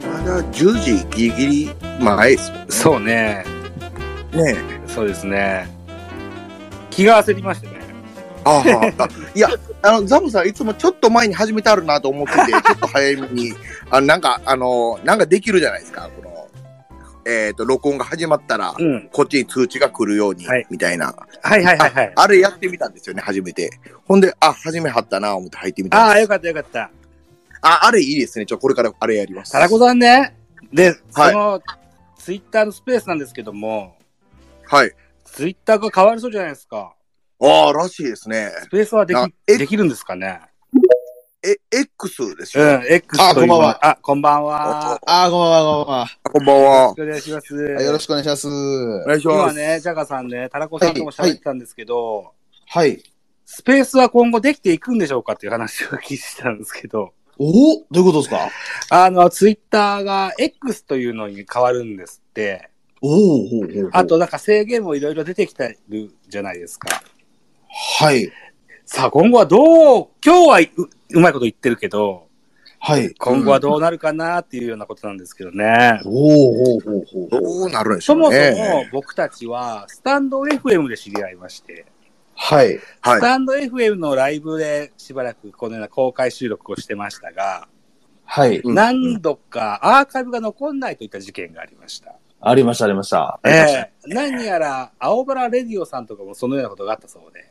10時ギリギリ前ですそうね。もんね。そうですね。気が焦りましたね。あ あ、いや、あの、ザボさんいつもちょっと前に始めてあるなと思って て、ちょっと早めに、あの、なんか、あの、なんかできるじゃないですか、この、えっ、と、録音が始まったら、うん。こっちに通知が来るようにはい、みたいな。はいはいはいはい。あれやってみたんですよね、初めて。ほんで、あ、初めはったな、思って入ってみたあんあ、でよす。かったよかった。あ、あれいいですね。ちょ、これからあれやります。タラコさんね。で、はいその、ツイッターのスペースなんですけども、はい。ツイッターが変わりそうじゃないですか。ああ、らしいですね。スペースはであきえできるんですかね。え、X ですうよ。ん、X あというこんばんは。あ、こんばんは。あー、こんばんは、こんばんは。こんばんはよろし。くお願いします。あよろししくお願いします。お願いしま今す。ね、ジャガさんね、タラコさんとも喋ってたんですけど、はい。スペースは今後できていくんでしょうかっていう話を聞いてたんですけど、おおどういうことですかあの、ツイッターが X というのに変わるんですって、おおほうほうほうあとなんか制限もいろいろ出てきてるじゃないですか。はい。さあ今後はどう、今日はううまいこと言ってるけど、はい。今後はどうなるかなっていうようなことなんですけどね。おおほうほうほどう。うなるんでしょそうもそもね。僕たちはスタンド FM で知り合いまして、はい。はスい。タンド FM のライブでしばらくこのような公開収録をしてましたが、はい。うん何度かアーカイブが残んないといった事件がありました。ありました、ありました。ええ 何やら青原レディオさんとかもそのようなことがあったそうで。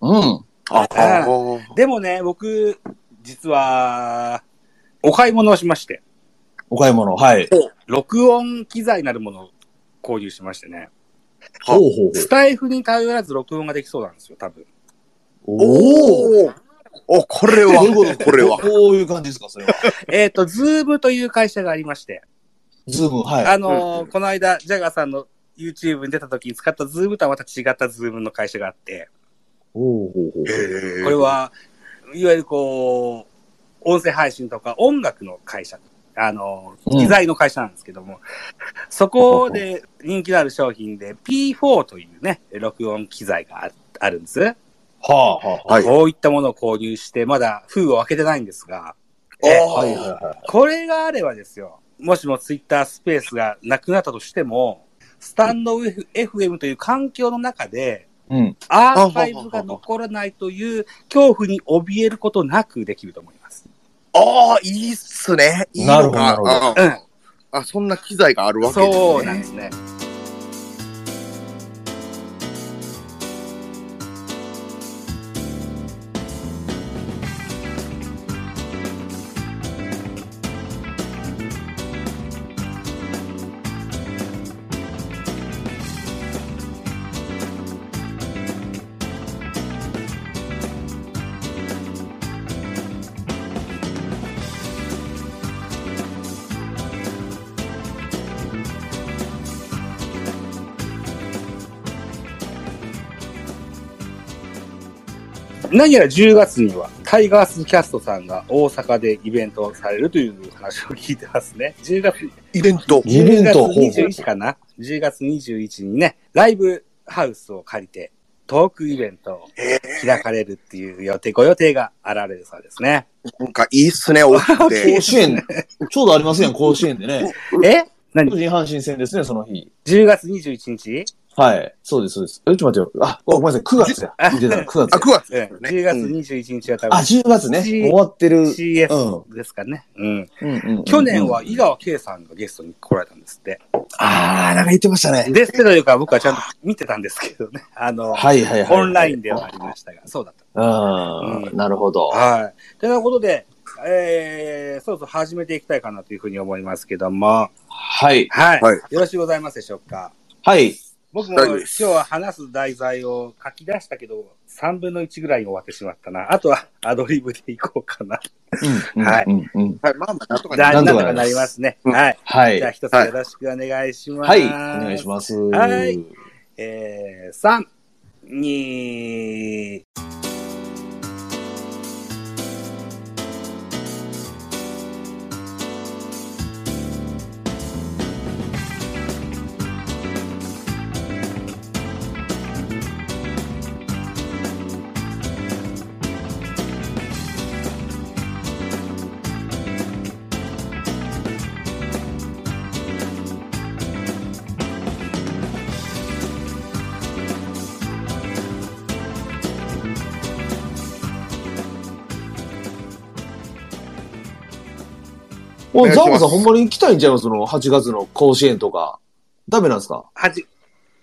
うん。ああー。でもね、僕、実は、お買い物をしまして、お買い物、はい。録音機材なるものを購入しましてね、ほうほうほう。スタイフに頼らず録音ができそうなんですよ、多分。おおおーお、これはどういうことです、かこれは。こういう感じですか、それは。えっ、と、ズームという会社がありまして、ズーム、はい。あのーうんこの間、ジャガーさんの YouTube に出た時に使ったズームとはまた違ったズームの会社があって、おおほうほうえーこれ、は、いわゆるこう、音声配信とか音楽の会社、あの、うん機材の会社なんですけども、そこで人気のある商品で P4 というね、録音機材がああるんです。はあ、はあ、ははい。こういったものを購入して、まだ封を開けてないんですが、あ。あはい、ーはい、はい。これがあればですよ、もしもツイッタースペースがなくなったとしても、スタンド FM という環境の中で、うん。アーカイブが残らないという恐怖に怯えることなくできると思います。あー、いいっすね。いいのがなるほどなるうあん。ーあ、そんな機材があるわけですね。そうなんですね。何やら10月にはタイガースキャストさんが大阪でイベントをされるという話を聞いてますね。10月、イベント。イベント、ほうほう10月21かな ?10 月21にね、ライブハウスを借りてトークイベントを開かれるっていう予定、ご予定が現れるそうですね。なんかいいっすね、大きくて甲。子園、ちょうどありますやん、甲子園でね。え巨何人阪神戦ですね、その日。 ?10 月21日はい。そうです、そうです。え、ちょっと待ってよ。あ、ごめんなさい、9月や。見てた、9月あ、や。 9月うん。ね10月21日は多あ、分10月ね。し終わってる。う CS ですかね。うん。うんうんうん去年は井川圭さんがゲストに来られたんですって。あー、なんか言ってましたね。ですけどというか、僕はちゃんと見てたんですけどね。あの、はいはいはい。オンラインではありましたが、そうだっうん。うなるほどた。。はい。ということで、えー、そろそろ始めていきたいかなというふうに思いますけども、はい。はい。はいよろしゅうございますでしょうか。はい。僕も大丈今夫で日すは話す題材を書き出したけど、3分の1ぐらいに終わってしまったな。あとはアドリブでいこうかな。うんはいうんうんはい、まあまあ、なんとかねだななんんととかかななりりまますね。うんはい。はいじゃあ。一つよろしくお願いします。はい。お願いします。はいえー、3、2、もう、願いしザますボさんほんまに行きたいんちゃいますその、8月の甲子園とか。ダメなんですか8、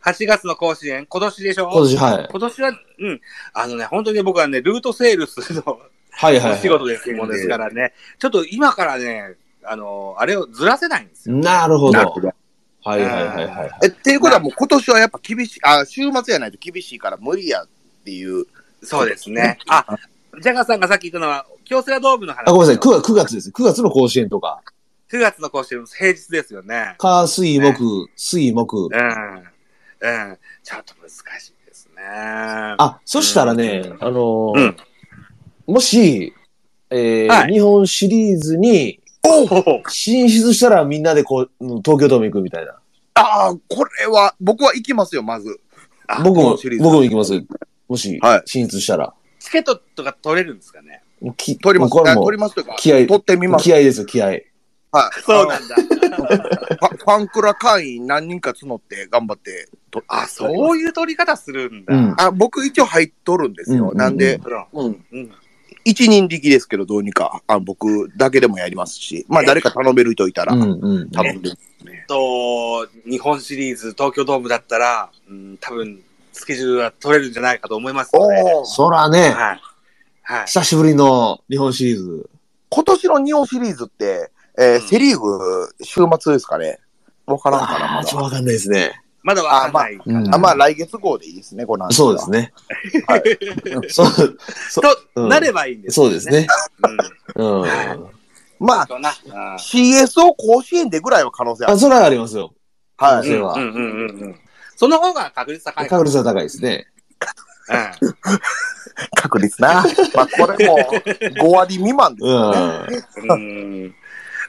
8月の甲子園、今年でしょ今年、はい。今年は、うん。あのね、本当に僕はね、ルートセールスのはいはい、おは仕い。事ですもんですからね、ちょっと今からね、あの、あれをずらせないんですよ。なるほど。なるほどはいはいはいはい。え、っていうことはもう今年はやっぱ厳しい、あ、週末やないと厳しいから無理やっていう。そうですね。あ、ジャガーさんがさっき言ったのは、京セラドームの話。あ、ごめんなさい。9月 ,9 月です。9月の甲子園とか。 9月の甲子園、平日ですよね。火、水、ね木、水、木。うん。うん。ちょっと難しいですね。あ、あ、そしたらね、あのうんー、もし、えはー、い日本シリーズに進出したらみんなでこう、うん東京ドーム行くみたいな。ああ、これは、僕は行きますよ、まず。あ僕も日本シリー、ズ僕も行きます。もしはい、進出したら。チケットとか取れるんですかね。き取ります。これあも取りますというか、気合い取ってみます。気合ですよ、気合。はい。そうなん だ。あのファファンクラ会員何人か募って頑張って。とあ、そういう取り方するんだ。うんあ、僕一応入っとるんですうんうんよ。うんなんで、プロうん。うん。一人力ですけど、どうにか、あ僕だけでもやりますし、まあ誰か頼める人いたらう、んうん。頼んで。と、日本シリーズ、東京ドームだったら、うん、多分、スケジュールは取れるんじゃないかと思いますので。おーそらね、はい。はい。久しぶりの日本シリーズ。今年の日本シリーズって、えー、セリーグ、週末ですかね。わからんかな、あまあ、ちょっだ。とわかんないですね。まだわかんないかあまな。あ、まあ来月号でいいですね、この話はそうですね。はい そう、と、うんなればいいんですそうですね。うん。うん。まああ、とな。うん CSO 甲子園でぐらいは可能性ああ、る。そらありますよ。はそい。れはうんうんうんうん。その方が確率高い。確率は高いですね。うん。確率な。まあ、これも5割未満 です。うん。うん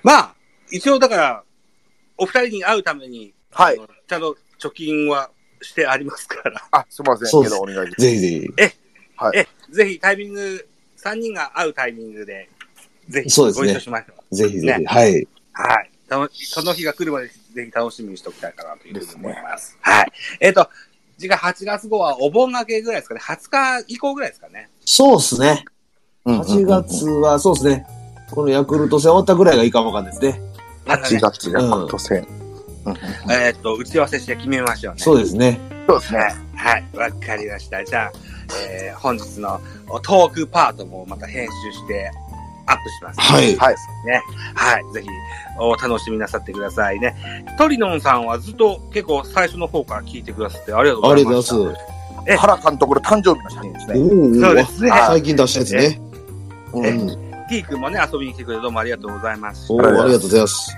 まあ、一応だから、お二人に会うために、はいあ。のちゃんと貯金はしてありますから、あ、すみませ。そうんでけすどお願いします。ぜひぜひ。はい。えぜひタイミング、三人が会うタイミングで、ぜひそうごで一すね緒しましょう。ぜひぜひ。ねはい。はい。楽しその日が来るまでぜひ楽しみにしておきたいかなというふうに思います。はい。えっ、と、次回8月号はお盆明けぐらいですかね。20日以降ぐらいですかね。そうっすね。8 8月は、そうっすね。このヤクルト戦終わったぐらいがいいかもわかんないですね。 8月がうん都政。うんえっ、と、打ち合わせして決めましょうね。そうですね。そうですね。はい、わかりました。じゃあ、えー本日のトークパートもまた編集してアップします。はい。はい。ね。はい、ぜひお楽しみなさってくださいね。トリノンさんはずっと結構最初の方から聞いてくださってありがとうごあざりいがとうまごす。ざいいます。え原監督の誕生日の写真ですね。おーそうですねあ最近出したやつね。うんえうん。ます。T 君もね、遊びに来てくれてどうもありがとうございます。おーありがとうございます。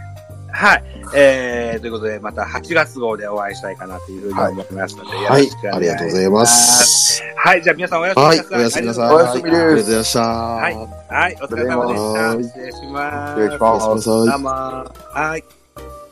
はい。えー、ということで、また8月号でお会いしたいかなというふうに思いますので、よろはいしくお。願ありがとうございまますす。はい、じゃあ皆さんおやすみなはいさ。い。おやすみなさい。おやすみですありがとうございました。はいはい、お疲れ様でした。はい失礼します。失礼しますおやすみなさいどうもはい。